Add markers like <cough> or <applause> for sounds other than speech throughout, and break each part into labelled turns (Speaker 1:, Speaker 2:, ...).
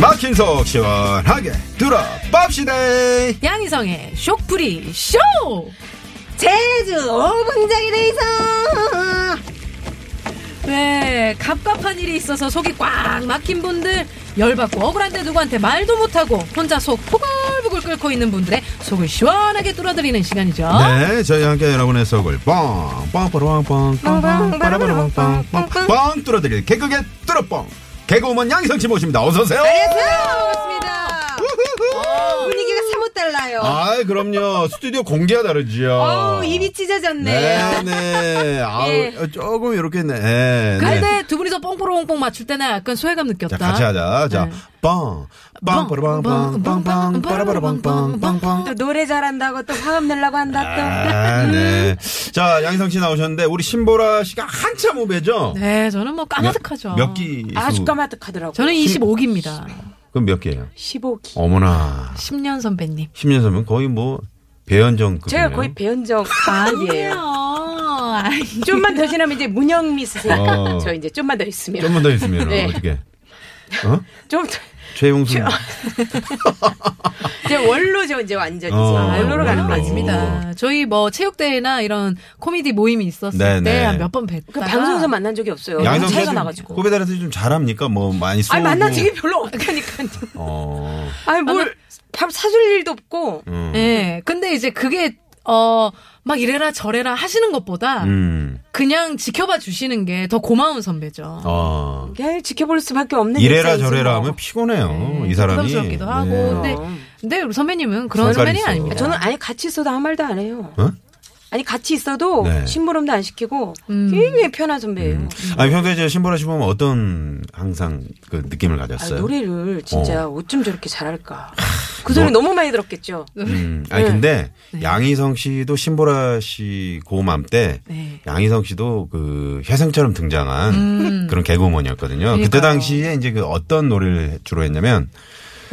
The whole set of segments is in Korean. Speaker 1: 막힌 속 시원하게 들어봅시다.
Speaker 2: 양희성의 쇼프리 쇼!
Speaker 3: 제주 오분장이 레이서
Speaker 2: 왜, 네, 갑갑한 일이 있어서 속이 꽉 막힌 분들, 열받고 억울한데 누구한테 말도 못하고, 혼자 속 부글부글 끓고 있는 분들의 속을 시원하게 뚫어드리는 시간이죠.
Speaker 1: 네, 저희 함께 여러분의 속을 뻥, 뻥, 뻥, 뻥, 뻥, 뻥, 빠라바라빵, 뻥, 뻥, 뻥 뚫어드릴 개그의 뚫어뻥. 개그우먼 양희성 씨 모십니다. 어서 오세요.
Speaker 3: 반갑습니다 분위기가 사뭇 달라요
Speaker 1: 아, 그럼요. 스튜디오 공기가 다르지요.
Speaker 3: 어우 입이
Speaker 1: 네,
Speaker 3: 찢어졌네
Speaker 1: <laughs> 네. 아우,
Speaker 3: 예.
Speaker 1: 조금 이렇게 네. 네.
Speaker 2: 근데 두 분이서 뽕뽀롱뽕 맞출 때는 약간 소외감
Speaker 1: 자,
Speaker 2: 느꼈다.
Speaker 1: 같이 하자. 자,
Speaker 2: 네.
Speaker 1: 뻥, 뻥, 빠라빵, 뻥, 뻥, 뻥, 빠라바라빵, 뻥, 뻥, 뻥.
Speaker 3: 또 노래 잘한다고 또 화음 내려고 한다
Speaker 1: 아, 네. 자, 양희성 씨 나오셨는데 우리 신보라 씨가 한참 후배죠?
Speaker 2: 네, 저는 뭐 까마득하죠.
Speaker 1: 몇 기?
Speaker 3: 또 아주 까마득하더라고
Speaker 2: 저는 25기입니다.
Speaker 1: 그럼 몇 개예요?
Speaker 3: 15기
Speaker 1: 어머나.
Speaker 2: 10년 선배님.
Speaker 1: 10년 전면 거의 뭐 배현정 급.
Speaker 3: 제가 거의 배현정 아니에요
Speaker 2: 아니에요. 아이,
Speaker 3: 좀만 더 지나면 이제 문영미 선생님
Speaker 1: 어.
Speaker 3: 저 이제 좀만 더 있으면
Speaker 1: 좀만 더 있으면
Speaker 3: <laughs> 네.
Speaker 1: 어떻게? 어?
Speaker 3: 좀 더-
Speaker 1: 최용수.
Speaker 3: 이제 원로죠 이제 완전히
Speaker 1: 어,
Speaker 2: 아,
Speaker 3: 원로로 가는
Speaker 1: 원로.
Speaker 3: 거지
Speaker 2: 맞습니다. 저희 뭐 체육대회나 이런 코미디 모임이 있었을
Speaker 1: 네네.
Speaker 2: 때 몇 번 뵀다.
Speaker 3: 그 방송에서 만난 적이 없어요
Speaker 1: 양희성
Speaker 3: 차이가
Speaker 1: 씨
Speaker 3: 나가지고
Speaker 1: 후배들한테 좀 잘합니까? 뭐 많이 쏘고.
Speaker 3: 아니 만난 적이 별로
Speaker 1: <laughs>
Speaker 3: 없다니까요
Speaker 1: 어.
Speaker 3: 아니 뭘 밥 사줄 일도 없고
Speaker 1: 음.
Speaker 2: 예. 근데 이제 그게 어 막 이래라 저래라 하시는 것보다
Speaker 1: 음.
Speaker 2: 그냥 지켜봐 주시는 게 더 고마운 선배죠.
Speaker 1: 어.
Speaker 3: 그냥 지켜볼 수밖에 없는
Speaker 1: 이래라
Speaker 3: 입장이지
Speaker 1: 저래라
Speaker 3: 뭐. 어.
Speaker 1: 하면 피곤해요.
Speaker 2: 네,
Speaker 1: 어, 이 사람이.
Speaker 2: 부담스럽기도 하고. 근데 근데 우리 선배님은
Speaker 1: 성깔이
Speaker 2: 그런 선배는
Speaker 1: 있어.
Speaker 2: 아닙니다.
Speaker 3: 저는 아니 같이 있어도 아무 말도 안 해요.
Speaker 1: 어?
Speaker 3: 아니 같이 있어도
Speaker 1: 네. 음.
Speaker 3: 심부름도 안 시키고
Speaker 2: 음.
Speaker 3: 굉장히 편한 선배예요.
Speaker 1: 아니 평소에 저 신보라 씨 보면 어떤 항상 그 느낌을
Speaker 3: 아,
Speaker 1: 가졌어요?
Speaker 3: 노래를 진짜 어쩜 저렇게 잘할까. 그 소리 너무 많이 들었겠죠.
Speaker 2: <laughs>
Speaker 1: 음, 아니
Speaker 3: 네.
Speaker 1: 근데 양희성 씨도 신보라 씨 고맘 때
Speaker 2: 네.
Speaker 1: 양희성 씨도 그 혜성처럼 등장한 그런 개그우먼이었거든요. 그때
Speaker 2: 음. 그러니까요.
Speaker 1: 당시에 이제 그 어떤 노래를 주로 했냐면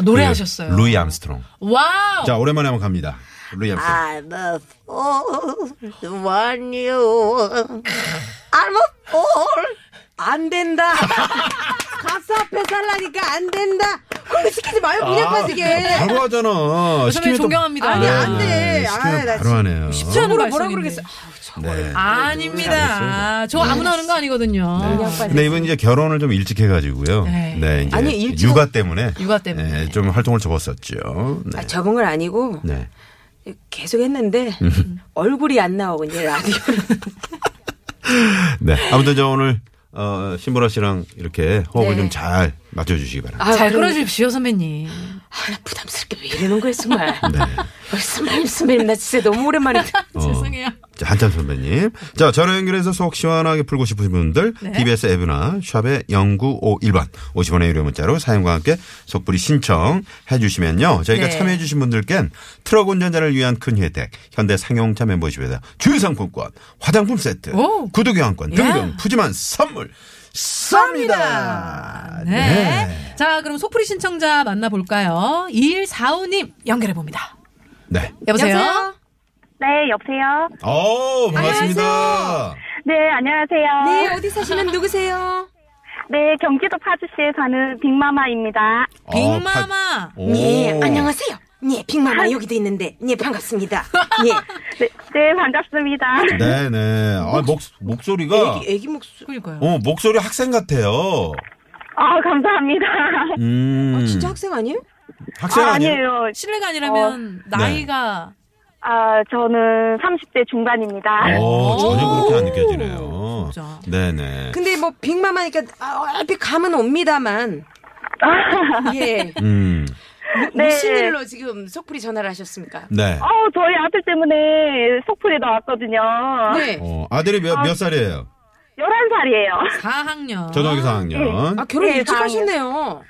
Speaker 2: 노래하셨어요. 어.
Speaker 1: 그 루이 암스트롱.
Speaker 2: 와우.
Speaker 1: 자 오랜만에 한번 갑니다. 루이
Speaker 2: 아.
Speaker 1: 암스트롱.
Speaker 4: I'm a fool to want you. I'm a fool.
Speaker 3: 안 된다. 가수 앞에 살라니까 안 된다. 그걸 시키지 마요
Speaker 1: 아.
Speaker 3: 그냥 빠지게.
Speaker 1: 바로 하잖아.
Speaker 2: 선배님
Speaker 1: 시키면 또-
Speaker 2: 존경합니다.
Speaker 3: 아니, 안 돼.
Speaker 1: 네, 시키면
Speaker 3: 아, 나
Speaker 1: 바로 하네요.
Speaker 2: 쉽지 않은
Speaker 3: 뭐라 뭐라
Speaker 2: 발성인데.
Speaker 3: 그러겠어.
Speaker 1: 네.
Speaker 2: 아, 아닙니다. 저 아무나 하는 거
Speaker 1: 네.
Speaker 2: 아니거든요.
Speaker 1: 근데 이분 이제 결혼을 좀 일찍 해가지고요.
Speaker 2: 네.
Speaker 1: 네, 이제
Speaker 3: 아니, 일찍은-
Speaker 1: 육아 때문에
Speaker 2: 육아 때문에.
Speaker 1: 네, 좀 활동을 접었었죠. 네.
Speaker 3: 아, 적응을 아니고
Speaker 1: 네.
Speaker 3: 계속 했는데
Speaker 1: 음.
Speaker 3: 얼굴이 안 나오고 이제 라디오를
Speaker 1: 네. 아무튼 저 오늘 어, 신보라 씨랑 이렇게 호흡을
Speaker 3: 네.
Speaker 1: 좀 잘 맞춰주시기 바랍니다.
Speaker 3: 아,
Speaker 2: 잘
Speaker 3: 그럼-
Speaker 2: 끌어주십시오 선배님.
Speaker 3: 아, 나 부담스럽게 왜 이러는 거야 정말.
Speaker 1: <laughs> 네.
Speaker 3: 어, 선배님 선배님 나 진짜 너무 오랜만에
Speaker 1: 어.
Speaker 2: 아, 죄송해요.
Speaker 1: 자, 한참 선배님. 자, 전화 연결해서 속 시원하게 풀고 싶으신 분들,
Speaker 2: 네.
Speaker 1: TBS 앱이나 샵의 0951번, 50원의 유료 문자로 사용과 함께 속불이 신청해 주시면요. 저희가
Speaker 2: 네.
Speaker 1: 참여해 주신 분들께는 트럭 운전자를 위한 큰 혜택, 현대 상용차 멤버십에서 주유상품권, 화장품 세트,
Speaker 2: 오.
Speaker 1: 구두 교환권 등등
Speaker 2: 야.
Speaker 1: 푸짐한 선물 쏩니다.
Speaker 2: 네. 자, 그럼 소프리 신청자 만나볼까요? 2145님 연결해봅니다.
Speaker 1: 네.
Speaker 2: 여보세요?
Speaker 3: 어?
Speaker 5: 네, 여보세요?
Speaker 1: 어, 반갑습니다.
Speaker 5: 네, 안녕하세요.
Speaker 3: 네
Speaker 5: 네,
Speaker 3: 어디 사시는 누구세요?
Speaker 5: 경기도 파주시에 사는 빅마마입니다.
Speaker 1: 어, 파-
Speaker 2: 빅마마.
Speaker 1: 오.
Speaker 3: 네 안녕하세요. 네 빅마마 여기도 있는데 네 반갑습니다. 네
Speaker 5: 네, 네, 반갑습니다.
Speaker 1: 네, 네. 아, 목, 목소리가.
Speaker 3: 애기 애기 목소리
Speaker 2: 그러니까요.
Speaker 1: 어, 목소리 학생 같아요.
Speaker 5: 아, 감사합니다.
Speaker 1: 음.
Speaker 3: 진짜 학생 아니에요?
Speaker 1: 학생
Speaker 5: 아,
Speaker 1: 아니에요?
Speaker 5: 아니에요.
Speaker 2: 실례가 아니라면 나이가
Speaker 5: 아, 저는 30대 중반입니다.
Speaker 1: 어, 전혀
Speaker 2: 오.
Speaker 1: 그렇게 안 느껴지네요.
Speaker 2: 진짜.
Speaker 1: 네네.
Speaker 3: 근데 뭐 빅마마니까 아, 얼핏 감은 옵니다만. 예.
Speaker 1: 음.
Speaker 3: <laughs>
Speaker 5: 네.
Speaker 3: 무슨 일로 지금 속풀이 전화를 하셨습니까?
Speaker 1: 네.
Speaker 5: 어, 저희 아들 때문에 속풀이 나왔거든요.
Speaker 3: 네.
Speaker 1: 어, 아들이 몇, 몇 살이에요?
Speaker 5: 11살이에요.
Speaker 2: 4학년.
Speaker 1: 초등학교 4학년.
Speaker 3: 아 결혼
Speaker 5: 네,
Speaker 3: 일찍
Speaker 5: 다행이에요.
Speaker 3: 하셨네요.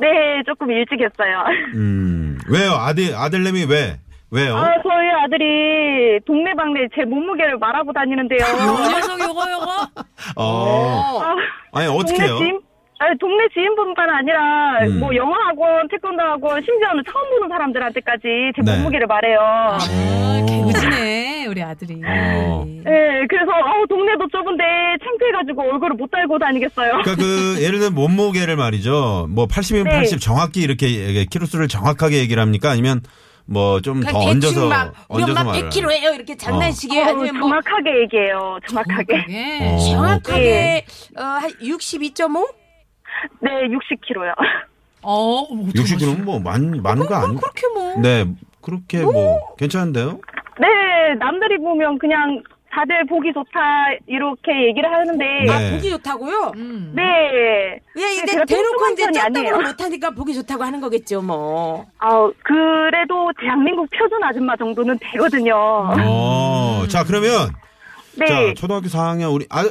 Speaker 5: 네, 조금 일찍 했어요.
Speaker 1: 음, 왜요? 아들, 아들내미 왜? 왜요?
Speaker 5: 아, 저희 아들이 동네방네 제 몸무게를 말하고 다니는데요.
Speaker 3: 어?
Speaker 2: 요 녀석 요거 아, 요거
Speaker 1: 어.
Speaker 5: 아,
Speaker 1: 아니, 어떻게
Speaker 5: 동네
Speaker 1: 해요?
Speaker 5: 지인, 아니, 동네 지인뿐만 아니라
Speaker 1: 음.
Speaker 5: 뭐 영어학원, 태권도학원, 심지어는 처음 보는 사람들한테까지 제
Speaker 1: 네.
Speaker 5: 몸무게를 말해요.
Speaker 1: 어.
Speaker 2: 개구지네 우리 아들이.
Speaker 1: 어.
Speaker 5: 네, 그래서 어, 동네도 좁은데 창피해가지고 얼굴을 못 달고 다니겠어요.
Speaker 1: 그러니까 그 예를 들면 몸무게를 말이죠. 뭐 80이면
Speaker 5: 네.
Speaker 1: 80 정확히 이렇게 키로수를 정확하게 얘기를 합니까? 아니면 뭐 좀 더
Speaker 4: 그냥 대충
Speaker 1: 얹어서
Speaker 4: 막 우리
Speaker 1: 얹어서
Speaker 4: 엄마
Speaker 1: 말을.
Speaker 4: 100kg예요 이렇게 장난식이에
Speaker 5: 어,
Speaker 4: 아니면 뭐
Speaker 5: 정확하게 얘기해요. 정확하게.
Speaker 2: 그게
Speaker 1: 어,
Speaker 3: 예.
Speaker 4: 정확하게 어한 62.5?
Speaker 5: 네, 60kg요. <laughs>
Speaker 2: 어
Speaker 1: 60kg면 뭐 많, 많은 거 아니고.
Speaker 2: 그렇게 뭐
Speaker 1: 네. 그렇게 뭐 괜찮은데요?
Speaker 5: 네, 남들이 보면 그냥 다들 보기 좋다 이렇게 얘기를 하는데
Speaker 1: 네.
Speaker 4: 아 보기 좋다고요?
Speaker 2: 음.
Speaker 5: 네.
Speaker 4: 예,
Speaker 5: 근데
Speaker 4: 근데
Speaker 5: 제가
Speaker 4: 대놓고
Speaker 5: 뚱뚱한
Speaker 4: 이제
Speaker 5: 편이 아니에요.
Speaker 4: 짠다고는 못하니까 보기 좋다고 하는 거겠죠 뭐.
Speaker 1: 네.
Speaker 5: 아, 그래도 대한민국 표준 아줌마 정도는 되거든요.
Speaker 4: 음.
Speaker 1: 어. 자, 그러면
Speaker 5: 네.
Speaker 1: 자, 초등학교 4학년 우리 아,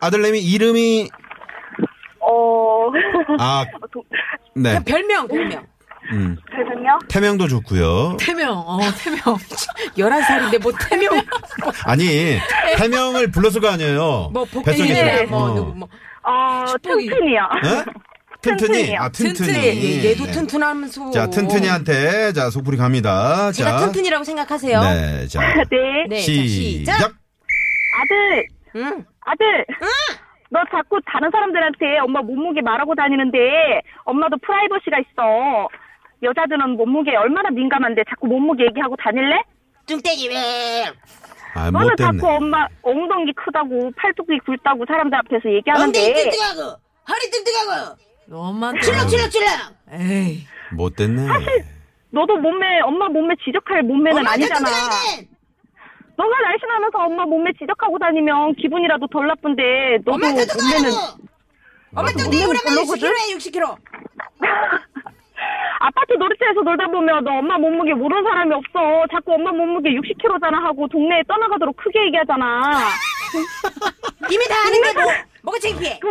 Speaker 1: 아들내미 이름이
Speaker 5: 어.
Speaker 1: 아,
Speaker 5: <laughs> 도-
Speaker 1: 네.
Speaker 4: 그냥 별명 별명.
Speaker 1: 음.
Speaker 5: 그래서요?
Speaker 1: 태명도 좋고요.
Speaker 2: 태명 어
Speaker 4: <laughs>
Speaker 2: 태명
Speaker 4: 11살인데 뭐
Speaker 1: <laughs>
Speaker 4: 태명 <laughs>
Speaker 1: 아니, 태명을 불렀을 거 아니에요.
Speaker 4: 뭐
Speaker 1: 뱃속에서.
Speaker 4: 복댕이네 뭐
Speaker 1: 어.
Speaker 4: 누구 뭐.
Speaker 5: 어,
Speaker 4: 축복이.
Speaker 5: 튼튼이요.
Speaker 4: 네?
Speaker 1: 예? 튼튼이.
Speaker 5: 튼튼이요.
Speaker 1: 아, 튼튼이.
Speaker 4: 튼튼해. 예, 얘도
Speaker 1: 네.
Speaker 4: 튼튼하면서.
Speaker 1: 자, 튼튼이한테 자, 속풀이 갑니다.
Speaker 4: 제가
Speaker 1: 자.
Speaker 4: 튼튼이라고 생각하세요.
Speaker 1: 네, 자.
Speaker 5: <laughs> 네.
Speaker 4: <laughs> 네, 자,
Speaker 1: 시작.
Speaker 5: 아들,
Speaker 4: 응.
Speaker 5: 아들. 너 자꾸 다른 사람들한테 엄마 몸무게 말하고 다니는데 엄마도 프라이버시가 있어. 여자들은 몸무게 얼마나 민감한데 자꾸 몸무게 얘기하고 다닐래?
Speaker 4: 뚱땡이 왜?
Speaker 1: 아,
Speaker 4: 뭐
Speaker 5: 너는
Speaker 1: 못 됐네.
Speaker 5: 자꾸 엄마 엉덩이 크다고 팔뚝이 굵다고 사람들 앞에서 얘기하는데
Speaker 4: 엉덩이 뚱뚱하고 허리 뚱뚱하고
Speaker 2: 엄마한테
Speaker 4: 출렁출렁출렁.
Speaker 2: 에이
Speaker 1: 못 됐네.
Speaker 5: 너도 몸매 엄마 몸매 지적할 몸매는
Speaker 4: 엄마
Speaker 5: 아니잖아.
Speaker 4: 뚱뚱하네.
Speaker 5: 너가 날씬하면서 엄마 몸매 지적하고 다니면 기분이라도 덜 나쁜데 너도
Speaker 4: 엄마
Speaker 5: 몸매는
Speaker 4: 뚱뚱하고. 엄마 뚱뚱이
Speaker 5: 몸매는
Speaker 4: 오랜만에
Speaker 5: 별로거든.
Speaker 4: 60kg에 60kg.
Speaker 5: 아파트 놀이터에서 놀다 보면 너 엄마 몸무게 모르는 사람이 없어. 자꾸 엄마 몸무게 60kg잖아 하고 동네에 떠나가도록 크게 얘기하잖아.
Speaker 4: 이미 다 아는데 뭐 뭐가 창피해?
Speaker 5: 동,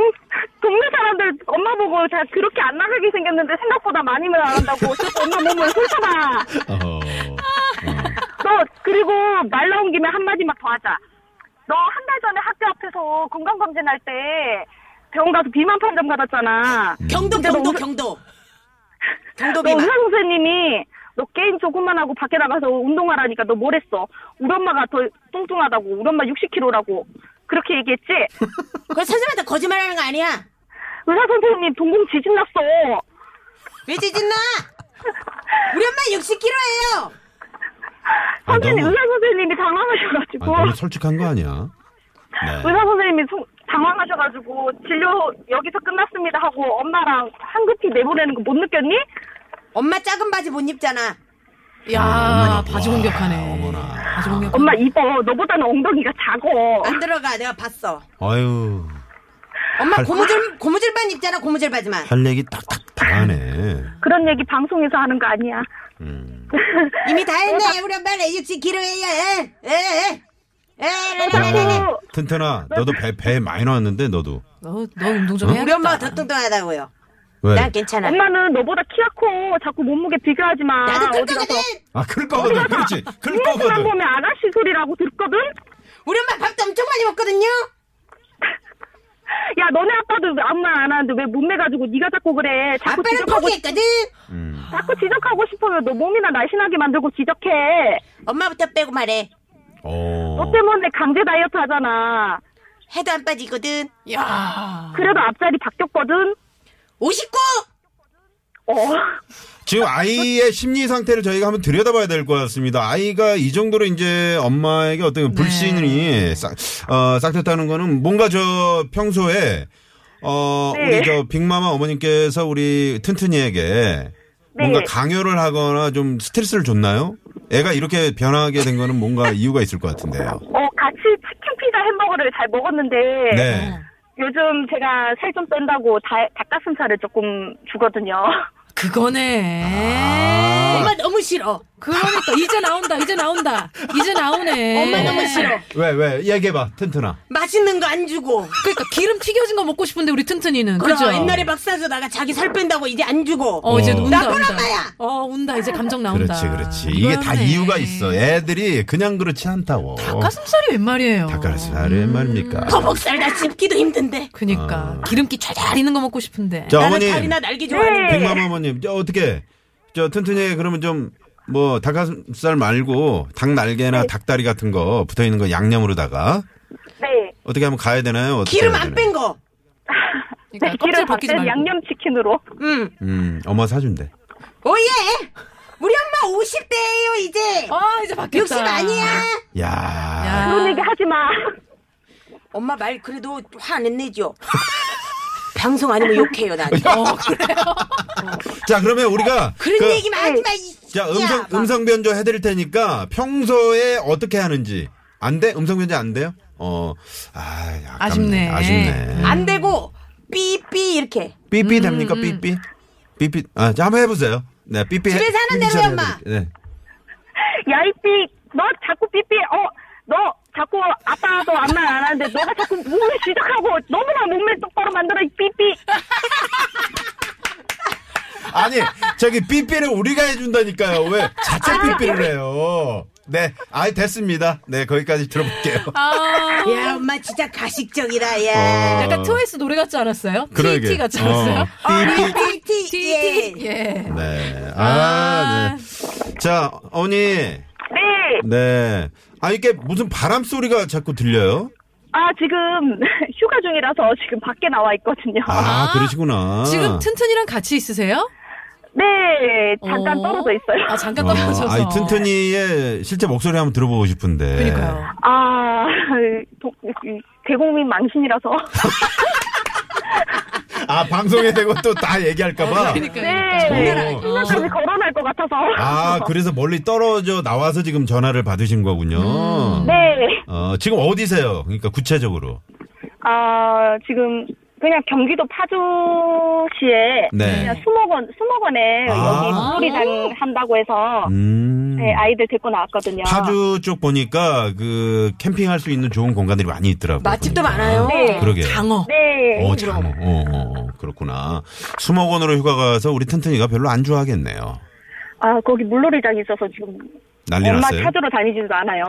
Speaker 5: 동네 사람들 엄마 보고 자 그렇게 안 나가게 생겼는데 생각보다 많이면 안 한다고 자꾸 엄마 몸을 훑어봐.
Speaker 1: 어.
Speaker 5: 너 그리고 말 나온 김에 한마디만 더 하자. 너 한 달 전에 학교 앞에서 건강검진 할 때 병원 가서 비만 판정 받았잖아.
Speaker 4: 경도
Speaker 5: 근데
Speaker 4: 경도
Speaker 5: 너-
Speaker 4: 경도. 경도
Speaker 5: 너 의사
Speaker 4: 비만.
Speaker 5: 선생님이 너 게임 조금만 하고 밖에 나가서 운동하라니까 너 뭐랬어? 우리 엄마가 더 뚱뚱하다고 우리 엄마 60kg라고 그렇게
Speaker 1: <laughs>
Speaker 5: 얘기했지?
Speaker 4: 그 선생님한테 거짓말하는 거 아니야?
Speaker 5: 의사 선생님 동공 지진 났어.
Speaker 4: 왜 지진나? 우리 엄마 60kg예요.
Speaker 1: 아,
Speaker 5: 선생님
Speaker 1: 너무,
Speaker 5: 의사 선생님이
Speaker 1: 아,
Speaker 5: 당황하셔가지고
Speaker 1: 너무 솔직한 거 아니야?
Speaker 5: 의사
Speaker 1: 네.
Speaker 5: 선생님이 소- 당황하셔가지고 진료 여기서 끝났습니다 하고 엄마랑 황급히 내보내는 거 못 느꼈니?
Speaker 4: 엄마 작은 바지 못 입잖아.
Speaker 2: 야
Speaker 1: 어머나,
Speaker 2: 바지
Speaker 1: 와,
Speaker 2: 공격하네.
Speaker 1: 어머나.
Speaker 2: 바지 공격.
Speaker 5: 엄마 입어 너보다는 엉덩이가 작어.
Speaker 1: 아.
Speaker 4: 안 들어가. 내가 봤어.
Speaker 1: 아유,
Speaker 4: 엄마
Speaker 1: 할-
Speaker 4: 고무줄 고무줄만 입잖아. 고무줄 바지만.
Speaker 1: 할 얘기 딱딱 다 하네.
Speaker 5: 그런 얘기 방송에서 하는 거 아니야.
Speaker 1: 음.
Speaker 4: 이미 다 했네. 우리 엄마는 60kg예요. 에, 에, 에,
Speaker 1: 네.
Speaker 5: <laughs>
Speaker 4: 에.
Speaker 1: 야, 튼튼아, 너도 배, 배 많이 나왔는데, 너도.
Speaker 2: 너너 운동 좀 해.
Speaker 4: 우리 엄마가 더 뚱뚱하다고요.
Speaker 1: 왜?
Speaker 4: 난 괜찮아.
Speaker 5: 엄마는 너보다 키가 커. 자꾸 몸무게 비교하지 마.
Speaker 4: 네. 나도
Speaker 5: 어디 가서
Speaker 4: 뚱뚱하거든.
Speaker 1: 아, 클 거거든. 그렇지. 클
Speaker 5: TV에서만
Speaker 1: 거거든.
Speaker 5: 보면 아가씨 소리라고 듣거든?
Speaker 4: 우리 엄마 밥도 엄청 많이 먹거든요.
Speaker 5: 야, 너네 아빠도 왜 아무 말 안 하는데 왜 몸매 가지고 네가 자꾸 그래. 자꾸
Speaker 4: 아빠는
Speaker 5: 지적하고,
Speaker 4: 포기했거든.
Speaker 1: 음.
Speaker 5: 자꾸 지적하고 싶으면 너 몸이나 날씬하게 만들고 지적해.
Speaker 4: 엄마부터 빼고 말해.
Speaker 1: 어.
Speaker 5: 너 때문에 강제 다이어트 하잖아.
Speaker 4: 해도 안 빠지거든.
Speaker 2: 야.
Speaker 5: 그래도 앞자리 바뀌었거든?
Speaker 4: 59.
Speaker 5: 어.
Speaker 1: 지금 아이의 심리 상태를 저희가 한번 들여다봐야 될 것 같습니다. 아이가 이 정도로 이제 엄마에게 어떤 불신이 싹, 어, 싹됐다는 거는 뭔가 저 평소에 어,
Speaker 5: 네.
Speaker 1: 우리 저 빅마마 어머님께서 우리 튼튼이에게 뭔가 강요를 하거나 좀 스트레스를 줬나요? 애가 이렇게 변하게 된 거는 뭔가 이유가 있을 것 같은데요.
Speaker 5: 어, 같이 치킨 피자 햄버거를 잘 먹었는데.
Speaker 1: 네.
Speaker 5: 요즘 제가 살 좀 뺀다고 다, 닭가슴살을 조금 주거든요.
Speaker 2: 그거네.
Speaker 1: 아.
Speaker 5: 어.
Speaker 4: 엄마 너무 싫어.
Speaker 2: 그러니까 이제 나온다 이제 나온다 이제 나오네
Speaker 3: 엄마 너무 싫어.
Speaker 1: 왜, 왜? 얘기해봐, 튼튼아.
Speaker 3: 맛있는 거 안 주고.
Speaker 2: 그러니까 기름 튀겨진 거 먹고 싶은데 우리 튼튼이는
Speaker 3: 그럼
Speaker 2: 그죠
Speaker 3: 옛날에 박사주다가 자기 살 뺀다고 이제 안 주고.
Speaker 2: 어 이제
Speaker 1: 어.
Speaker 2: 운다
Speaker 3: 나쁜
Speaker 2: 운다
Speaker 3: 엄마야!
Speaker 2: 어 운다 이제 감정 나온다
Speaker 1: 그렇지, 그렇지. 이게 다
Speaker 2: 그러네.
Speaker 1: 이유가 있어. 예. 애들이 그냥 그렇지 않다고.
Speaker 2: 가슴살이 웬 말이에요
Speaker 1: 닭가슴살이 웬 말입니까?
Speaker 3: 버벅살 다 씹기도 힘든데.
Speaker 1: 어.
Speaker 2: 그니까 기름기 쫙 있는 거 먹고 싶은데
Speaker 1: 자,
Speaker 3: 나는
Speaker 1: 어머님.
Speaker 3: 살이나 날개 좋아하는데.
Speaker 1: 백만 어머님, 저 어떻게, 저 튼튼이 그러면 좀, 뭐, 닭가슴살 말고, 닭 날개나 닭다리 같은 거 붙어 있는 거 양념으로다가,
Speaker 5: 네.
Speaker 1: 어떻게 하면 가야 되나요? 어떻게
Speaker 3: 기름
Speaker 1: 해야
Speaker 3: 안
Speaker 1: 되나요?
Speaker 3: 뺀 거.
Speaker 2: 그러니까
Speaker 5: <laughs> 네,
Speaker 2: 껍질
Speaker 5: 기름
Speaker 2: 벗기지
Speaker 5: 밖에
Speaker 2: 말고
Speaker 5: 양념치킨으로.
Speaker 3: 음.
Speaker 1: 음, 엄마 사준대.
Speaker 3: 어, 오예! 우리 엄마 50대예요 이제.
Speaker 2: 아 이제 바뀌었다
Speaker 3: 60 아니야.
Speaker 1: 야
Speaker 5: 그런 얘기 하지 마.
Speaker 3: 엄마 말 그래도 화 안 내죠. 방송 아니면 욕해요 나.
Speaker 1: 자, 그러면 우리가.
Speaker 3: 어, 그런
Speaker 1: 그-
Speaker 3: 얘기만 하지 마. 이
Speaker 1: 자,
Speaker 3: 새끼야.
Speaker 1: 음성, 음성 변조 해드릴 테니까 평소에 어떻게 하는지. 안 돼? 음성 변조 안 돼요? 어, 아, 아깝네.
Speaker 2: 아쉽네.
Speaker 1: 아쉽네.
Speaker 3: 안 되고 삐삐 이렇게.
Speaker 2: 음,
Speaker 1: 삐삐 됩니까? 삐삐? 삐삐. 아, 자, 한번 해보세요. 네, 삐삐. 해-
Speaker 3: 집에서 하는 대로
Speaker 1: 인사를
Speaker 3: 해, 엄마.
Speaker 1: 해드릴게요. 네.
Speaker 5: 야이삐, 너 자꾸 삐삐, 어, 너 자꾸 아빠도 아무 말안 하는데 너가 자꾸 몸을 지적하고 너무나 몸매 똑바로 만들어 이 삐삐.
Speaker 1: 아니, 저기 삐삐를 우리가 해준다니까요. 왜 자체
Speaker 2: 아.
Speaker 1: 삐삐를 해요? 네, 아이, 됐습니다. 네, 거기까지
Speaker 2: <laughs>
Speaker 1: 들어볼게요.
Speaker 3: <laughs>
Speaker 2: 아
Speaker 3: 야 엄마 진짜 가식적이다 야.
Speaker 2: 네, 약간 트와이스 노래 같지 않았어요?
Speaker 1: 어, 그러게.
Speaker 2: TT 같지 않았어요? 아,
Speaker 1: 어.
Speaker 3: 삐삐.
Speaker 2: TT 예.
Speaker 1: 네. 아, 네. 자, 어머니.
Speaker 5: 네.
Speaker 1: 네. 아, 이게 무슨 바람 소리가 자꾸 들려요?
Speaker 5: 아, 지금 <laughs> 휴가 중이라서 지금 밖에 나와 있거든요.
Speaker 1: 아,
Speaker 2: 아,
Speaker 1: 그러시구나.
Speaker 2: 지금 튼튼이랑 같이 있으세요?
Speaker 5: 네. 잠깐
Speaker 2: 어.
Speaker 5: 떨어져 있어요.
Speaker 2: 아 잠깐 떨어져서.
Speaker 1: 아니, 튼튼이의 실제 목소리 한번 들어보고 싶은데.
Speaker 2: 그러니까요.
Speaker 5: 아, 도- 대국민 망신이라서.
Speaker 1: 아, 방송에 대고 또 다
Speaker 2: 어,
Speaker 1: 얘기할까봐.
Speaker 5: 네.
Speaker 1: 어.
Speaker 5: 휴가까지 거론할 것 같아서.
Speaker 1: 아, 그래서 멀리 떨어져 나와서 지금 전화를 받으신 거군요.
Speaker 3: 음,
Speaker 5: 네.
Speaker 1: 어, 지금 어디세요? 그러니까 구체적으로.
Speaker 5: 아, 지금 그냥 경기도 파주시에
Speaker 1: 네.
Speaker 5: 그냥 수목원, 수목원에 여기
Speaker 1: 아.
Speaker 5: 놀이장 한다고 해서
Speaker 1: 음.
Speaker 5: 네, 아이들 데리고 나왔거든요.
Speaker 1: 파주 쪽 보니까 그 캠핑할 수 있는 좋은 공간들이 많이 있더라고요.
Speaker 3: 맛집도
Speaker 1: 보니까.
Speaker 3: 많아요.
Speaker 5: 네.
Speaker 1: 그러게.
Speaker 2: 장어.
Speaker 5: 네.
Speaker 1: 어, 장 어, 어, 어, 그렇구나. 수목원으로 휴가 가서 우리 튼튼이가 별로 안 좋아하겠네요.
Speaker 5: 아, 거기 물놀이장이 있어서 지금
Speaker 1: 난리
Speaker 5: 엄마
Speaker 1: 났어요.
Speaker 5: 찾으러 다니지도 않아요.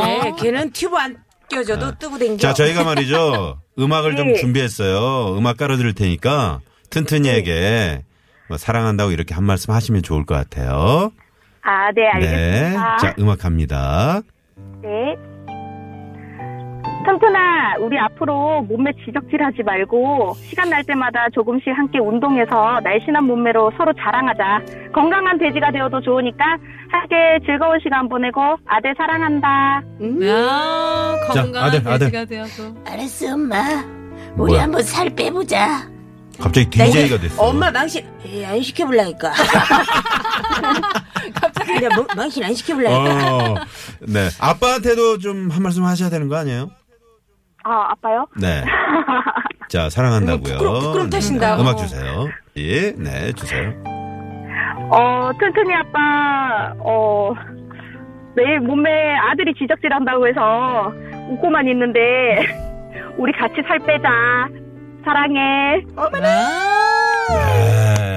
Speaker 3: 그래, 네. 걔는 튜브 안 껴줘도 뜨고 댕겨.
Speaker 1: 아. 자, 저희가
Speaker 5: <laughs>
Speaker 1: 말이죠. 음악을 좀
Speaker 5: 네.
Speaker 1: 준비했어요. 음악 깔아드릴 테니까 튼튼이에게
Speaker 5: 네.
Speaker 1: 뭐 사랑한다고 이렇게 한 말씀 하시면 좋을 것 같아요.
Speaker 5: 아, 네, 알겠습니다.
Speaker 1: 네. 자, 음악 갑니다.
Speaker 5: 네. 튼튼아, 우리 앞으로 몸매 지적질하지 말고 시간 날 때마다 조금씩 함께 운동해서 날씬한 몸매로 서로 자랑하자. 건강한 돼지가 되어도 좋으니까 함께 즐거운 시간 보내고 아들 사랑한다.
Speaker 2: 네. 야
Speaker 1: 자,
Speaker 2: 아, 건강한
Speaker 1: 아들, 아들.
Speaker 2: 돼지가 되어서.
Speaker 3: 알았어 엄마. 우리
Speaker 1: 뭐야?
Speaker 3: 한번 살 빼보자.
Speaker 1: 갑자기
Speaker 5: 네,
Speaker 1: DJ가 됐어.
Speaker 3: 엄마 망신 에이, 안 시켜볼라니까. <laughs> 갑자기 나 뭐- 망신 안 시켜볼라니까.
Speaker 1: 어, 네. 아빠한테도 좀 한 말씀 하셔야 되는 거 아니에요?
Speaker 5: 아, 아빠요? 음,
Speaker 1: 네.
Speaker 5: <laughs>
Speaker 1: 자, 사랑한다고요.
Speaker 3: 부끄럽- 부끄럽 타신다.
Speaker 1: 네, 음악 주세요. 예, 네, 주세요.
Speaker 5: 어, 튼튼이 아빠, 어, 내일 몸매 아들이 지적질 한다고 해서 웃고만 있는데, <laughs> 우리 같이 살 빼자. 사랑해.
Speaker 1: 네,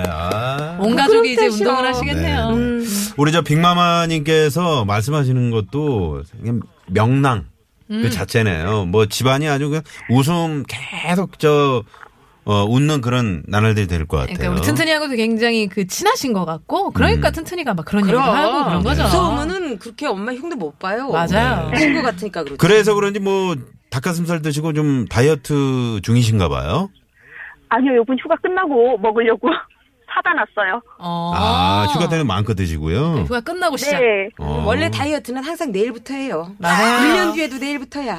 Speaker 1: 아.
Speaker 2: 온 가족이 이제 운동을 하시겠네요. 음.
Speaker 1: 네, 네. 우리 저 빅마마님께서 말씀하시는 것도 그냥 명랑
Speaker 2: 음.
Speaker 1: 그 자체네요. 뭐 집안이 아주 그냥 웃음 계속 저 어, 웃는 그런 나날들이 될 것 같아요.
Speaker 2: 그러니까 우리 튼튼이하고도 굉장히 그 친하신 것 같고
Speaker 1: 음.
Speaker 2: 그러니까 튼튼이가 막 그런 얘기도 하고 그런 거죠.
Speaker 3: 무서우면은 그렇게 엄마 흉도 못 봐요.
Speaker 2: 맞아요.
Speaker 3: 친구 같으니까 그렇지.
Speaker 1: 그래서 그런지 뭐 닭가슴살 드시고 좀 다이어트 중이신가 봐요.
Speaker 5: 아니요, 요번 휴가 끝나고 먹으려고 <laughs> 사다 놨어요.
Speaker 2: 어.
Speaker 1: 아, 휴가 때는 마음껏 드시고요.
Speaker 2: 휴가 끝나고 시작.
Speaker 5: 네.
Speaker 1: 어.
Speaker 3: 원래 다이어트는 항상 내일부터 해요.
Speaker 2: 맞아요.
Speaker 3: 1년 뒤에도 내일부터야.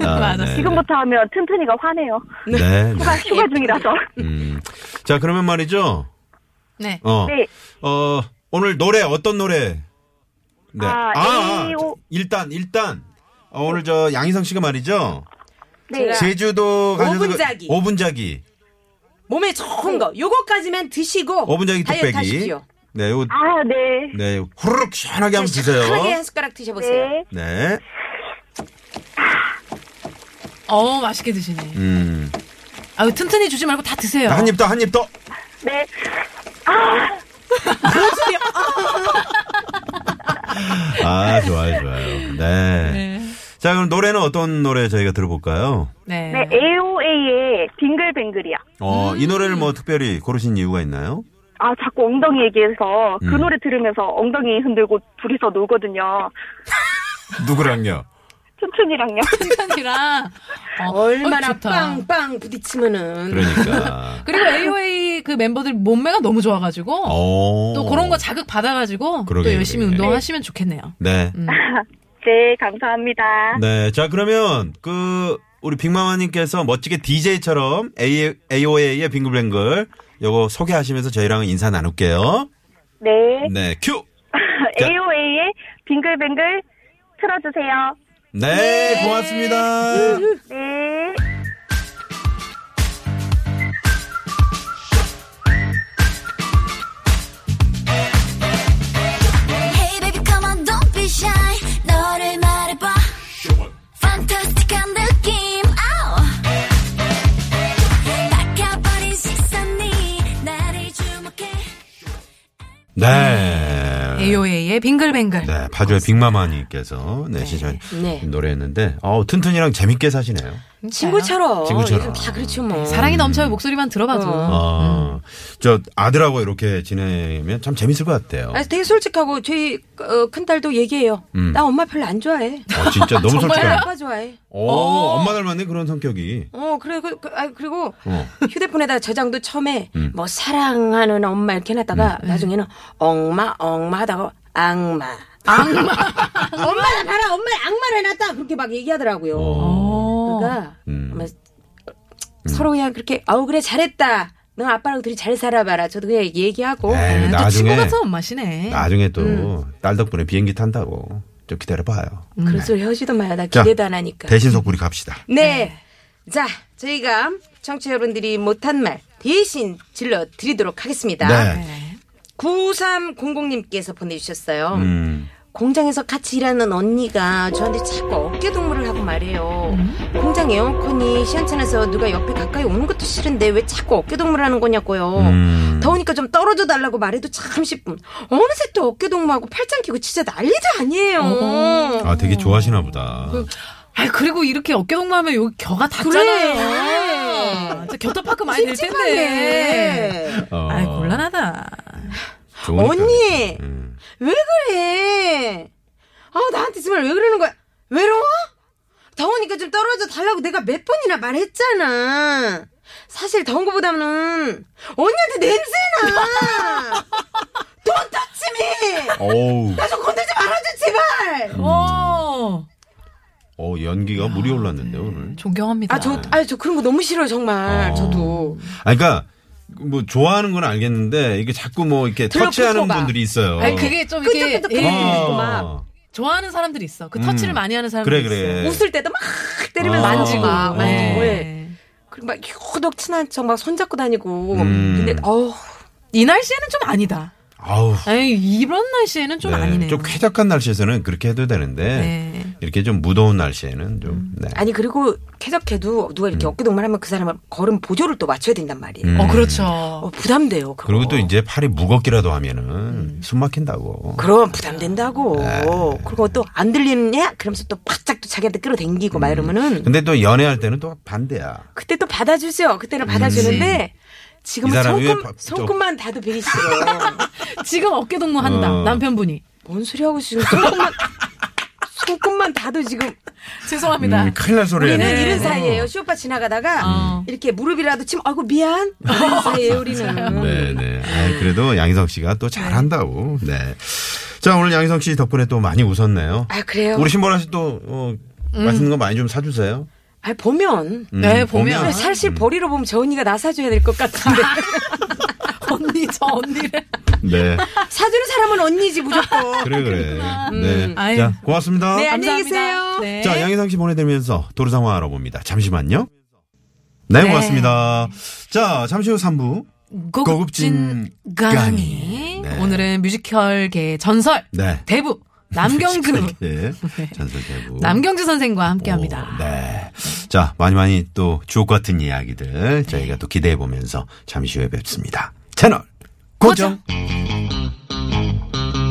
Speaker 1: 아,
Speaker 2: 맞아.
Speaker 1: 네,
Speaker 5: 지금부터 하면 튼튼이가 화내요.
Speaker 1: 네. 네, 네.
Speaker 5: 휴가, 휴가 중이라서.
Speaker 1: 음. 자, 그러면 말이죠.
Speaker 2: 네.
Speaker 1: 어.
Speaker 5: 네.
Speaker 1: 어, 오늘 노래 어떤 노래? 네.
Speaker 5: 아,
Speaker 1: 아,
Speaker 5: AO.
Speaker 1: 일단 일단 어, 오늘 저 양희성 씨가 말이죠.
Speaker 5: 네.
Speaker 1: 제주도 가셔서 그
Speaker 3: 오분자기.
Speaker 1: 오분자기.
Speaker 3: 몸에 좋은 거 요거까지만 드시고
Speaker 1: 오분자기
Speaker 3: 다이어트
Speaker 1: 뚝배기.
Speaker 3: 하십시오.
Speaker 1: 네, 요,
Speaker 5: 아, 네.
Speaker 1: 네, 후루룩 시원하게
Speaker 3: 네,
Speaker 1: 한번 드세요.
Speaker 4: 시원하게 한 숟가락 드셔보세요.
Speaker 1: 네,
Speaker 5: 네.
Speaker 2: 어 맛있게 드시네.
Speaker 1: 음,
Speaker 2: 아유 튼튼히 주지 말고 다 드세요.
Speaker 1: 한 입 더, 한 입 더.
Speaker 5: 네.
Speaker 3: <laughs>
Speaker 1: 아, 좋아요, 좋아요. 네.
Speaker 2: 네.
Speaker 1: 자, 그럼 노래는 어떤 노래 저희가 들어볼까요?
Speaker 2: 네.
Speaker 5: 네, AOA의 빙글뱅글이요.
Speaker 1: 어, 이 노래를 뭐 특별히 고르신 이유가 있나요?
Speaker 5: 아, 자꾸 엉덩이 얘기해서 그
Speaker 1: 음.
Speaker 5: 노래 들으면서 엉덩이 흔들고 둘이서 놀거든요.
Speaker 1: 누구랑요?
Speaker 5: 춘춘이랑요.
Speaker 2: 튼튼이랑 <laughs> 어,
Speaker 3: 얼마나
Speaker 2: 어, 좋다.
Speaker 3: 빵빵 부딪히면은
Speaker 1: 그러니까.
Speaker 2: 그리고 AOA 그 멤버들 몸매가 너무 좋아가지고
Speaker 1: <laughs> 어.
Speaker 2: 또 그런 거 자극 받아가지고
Speaker 1: 그러게요,
Speaker 2: 또 열심히
Speaker 1: 그러게요.
Speaker 2: 운동하시면 좋겠네요.
Speaker 1: 네.
Speaker 5: 네, 감사합니다.
Speaker 1: 네. 자, 그러면 그 우리 빅마마님께서 멋지게 DJ처럼 AOA의 빙글뱅글 요거 소개하시면서 저희랑 인사 나눌게요.
Speaker 5: 네.
Speaker 1: 네. 큐!
Speaker 5: AOA의 빙글빙글 틀어주세요.
Speaker 1: 네. 고맙습니다.
Speaker 5: 네.
Speaker 6: Hey baby come on don't be shy 너를 말해봐 Fantastic한 느낌 아우 바꿔버린 식사니 나를 주목해
Speaker 1: 네.
Speaker 2: AOA의 빙글뱅글.
Speaker 1: 네. 파주의 빅마마님께서 네, 시청
Speaker 3: 네.
Speaker 1: 노래했는데 어우, 튼튼이랑 재밌게 사시네요.
Speaker 3: 친구처럼.
Speaker 1: 친구처럼.
Speaker 3: 요즘 다 그렇죠 뭐.
Speaker 2: 네, 사랑이 넘쳐요 목소리만 들어봐도.
Speaker 1: 어. 저 아들하고 이렇게 지내면 참 재밌을 것 같아요.
Speaker 3: 아, 되게 솔직하고 저희 어, 큰 딸도 얘기해요.
Speaker 1: 음.
Speaker 3: 나 엄마 별로 안 좋아해.
Speaker 1: 어, 진짜 너무
Speaker 2: 정말요?
Speaker 1: 솔직해.
Speaker 3: 아빠 좋아해.
Speaker 1: 어, 엄마 닮았네 그런 성격이.
Speaker 3: 어 그래 그, 그, 아, 그리고
Speaker 1: 어.
Speaker 3: 휴대폰에다 저장도 처음에 뭐 사랑하는 엄마 이렇게 해놨다가 나중에는 엉마 엉마 하다가 악마 악마 <laughs> 엄마는 봐라 엄마 악마를 해놨다 그렇게 막 얘기하더라고요.
Speaker 2: 어.
Speaker 3: 그러니까
Speaker 1: 음.
Speaker 3: 아마 서로 그냥 그렇게 아우 그래 잘했다. 너 아빠랑 둘이 잘 살아봐라. 저도 그냥 얘기하고
Speaker 1: 에이,
Speaker 2: 아, 또 친구
Speaker 1: 네, 나중에
Speaker 2: 같은 엄마시네.
Speaker 1: 나중에 또 딸 덕분에 비행기 탄다고 좀 기다려봐요.
Speaker 3: 그런 소리 하지도 마요. 나
Speaker 1: 자,
Speaker 3: 기대도 안 하니까.
Speaker 1: 대신 속불이 갑시다.
Speaker 3: 네. 자, 저희가 청취자 여러분들이 못한 말 대신 질러 드리도록 하겠습니다.
Speaker 1: 네.
Speaker 3: 9300님께서 보내주셨어요.
Speaker 1: 음.
Speaker 3: 공장에서 같이 일하는 언니가 저한테 자꾸 어깨 동무를 하고 말해요. 공장 에어컨이 시원찮아서 누가 옆에 가까이 오는 것도 싫은데 왜 자꾸 어깨 동무를 하는 거냐고요.
Speaker 1: 음.
Speaker 3: 더우니까 좀 떨어져 달라고 말해도 참 10분. 어느새 또 어깨 동무하고 팔짱 끼고 진짜 난리도 아니에요.
Speaker 1: 아 되게 좋아하시나 보다.
Speaker 2: 아 그리고 이렇게 어깨 동무하면 여기 겨가 닿잖아요.
Speaker 3: 그래.
Speaker 2: 아, 진짜 겨터파크 많이 될 텐데.
Speaker 1: 어, 음.
Speaker 2: 아이 곤란하다.
Speaker 1: 좋으니까.
Speaker 3: 언니,
Speaker 1: 음.
Speaker 3: 왜 그래? 아, 나한테 정말 왜 그러는 거야? 외로워? 더우니까 좀 떨어져 달라고 내가 몇 번이나 말했잖아. 사실 더운 거보다는 언니한테 냄새나! 돈 터치미!
Speaker 1: 어우,
Speaker 3: 나 좀 건들지 말아줘, 제발!
Speaker 2: 오
Speaker 1: 어 연기가 물이 올랐는데 오늘.
Speaker 2: 존경합니다.
Speaker 3: 아, 저, 아, 저 그런 거 너무 싫어요, 정말.
Speaker 1: 어.
Speaker 3: 저도.
Speaker 1: 아 그러니까 뭐 좋아하는 건 알겠는데 이게 자꾸 뭐 이렇게
Speaker 3: 들러붙어봐.
Speaker 1: 터치하는 분들이 있어요.
Speaker 2: 아니, 그게 좀 이렇게
Speaker 3: 끄적끄적끄적
Speaker 1: 아.
Speaker 2: 예,
Speaker 3: 있고 막.
Speaker 1: 어.
Speaker 2: 좋아하는 사람들이 있어. 그 터치를
Speaker 1: 음.
Speaker 2: 많이 하는
Speaker 1: 그래
Speaker 2: 사람들이 있어. 네.
Speaker 1: 그래.
Speaker 3: 웃을 때도 막 때리면
Speaker 1: 아.
Speaker 3: 만지고.
Speaker 1: 막
Speaker 3: 만지고.
Speaker 1: 예.
Speaker 3: 예. 그리고 막 효덕 친한 척 막 손잡고 다니고.
Speaker 1: 음.
Speaker 3: 근데, 어우.
Speaker 2: 이 날씨에는 좀 아니다.
Speaker 1: 아우.
Speaker 2: 아니, 이런 날씨에는 좀
Speaker 1: 네, 음.
Speaker 2: 아니네요.
Speaker 1: 좀 쾌적한 날씨에서는 그렇게 해도 되는데
Speaker 2: 네.
Speaker 1: 이렇게 좀 무더운 날씨에는 좀. 네.
Speaker 3: 아니 그리고 쾌적해도 누가 이렇게 어깨 동무하면 그 사람은 걸음 보조를 또 맞춰야 된단 말이에요.
Speaker 1: 음.
Speaker 2: 어, 그렇죠.
Speaker 3: 어, 부담돼요. 그거.
Speaker 1: 그리고 또 이제 팔이 무겁기라도 하면은 숨 막힌다고.
Speaker 3: 그럼 부담된다고.
Speaker 1: 네.
Speaker 3: 그리고 또 안 들리느냐? 그러면서 또 바짝 또 자기한테 끌어당기고 막 이러면은
Speaker 1: 음. 근데 또 연애할 때는 또 반대야.
Speaker 3: 그때 또 받아주죠. 그때는 받아주는데
Speaker 1: 음. 이
Speaker 3: 지금은
Speaker 1: 사람 왜
Speaker 3: 손금
Speaker 1: 바- 저-
Speaker 3: 손금만 닿아도 배기 싫어.
Speaker 2: 지금 어깨 동무 한다.
Speaker 1: 어.
Speaker 2: 남편분이.
Speaker 3: 뭔 소리 하고 지금 손금만 손금만 닿아도 지금
Speaker 2: 죄송합니다.
Speaker 1: 음, 큰일 날 소리
Speaker 3: 우리는
Speaker 1: 네
Speaker 3: 이런 사이예요. 쇼파 지나가다가
Speaker 2: 어.
Speaker 3: 이렇게 무릎이라도 치면 아이고 미안. 이런 사이예요. 우리는.
Speaker 1: 네네. 아이, 그래도 양희성 씨가 또 잘한다고. 네. 자, 오늘 양희성 씨 덕분에 또 많이 웃었네요.
Speaker 3: 아 그래요.
Speaker 1: 우리 신보라 씨또 어, 맛있는 거 많이 좀 사주세요.
Speaker 3: 아 보면
Speaker 1: 음,
Speaker 2: 네, 보면. <laughs>
Speaker 3: 근데 사실 버리러 보면 저 언니가 나 사줘야 될 것 같은데
Speaker 2: 언니, 저 언니를.
Speaker 1: 네.
Speaker 3: 사주는 사람은 언니지 무조건.
Speaker 1: 그래, 그래. 네.
Speaker 2: 아유.
Speaker 1: 자, 고맙습니다.
Speaker 3: 네, 안녕히
Speaker 2: 감사합니다.
Speaker 3: 계세요.
Speaker 2: 네.
Speaker 1: 자, 양희상 씨 보내드리면서 도로 상황 알아봅니다. 잠시만요. 네,
Speaker 2: 네.
Speaker 1: 고맙습니다. 자, 잠시 후 3부.
Speaker 2: 고급진
Speaker 1: 고급진
Speaker 2: 강의.
Speaker 1: 네.
Speaker 2: 오늘은 뮤지컬계의 전설
Speaker 1: 네.
Speaker 2: 대부
Speaker 1: <laughs>
Speaker 2: 남경주 네.
Speaker 1: 예. 전설 대부.
Speaker 2: 남경주 선생과 함께합니다.
Speaker 1: 오, 네. 자, 많이 많이 또 주옥 같은 이야기들
Speaker 2: 네.
Speaker 1: 저희가 또 기대해 보면서 잠시 후에 뵙습니다. 채널 고정.
Speaker 2: 고정.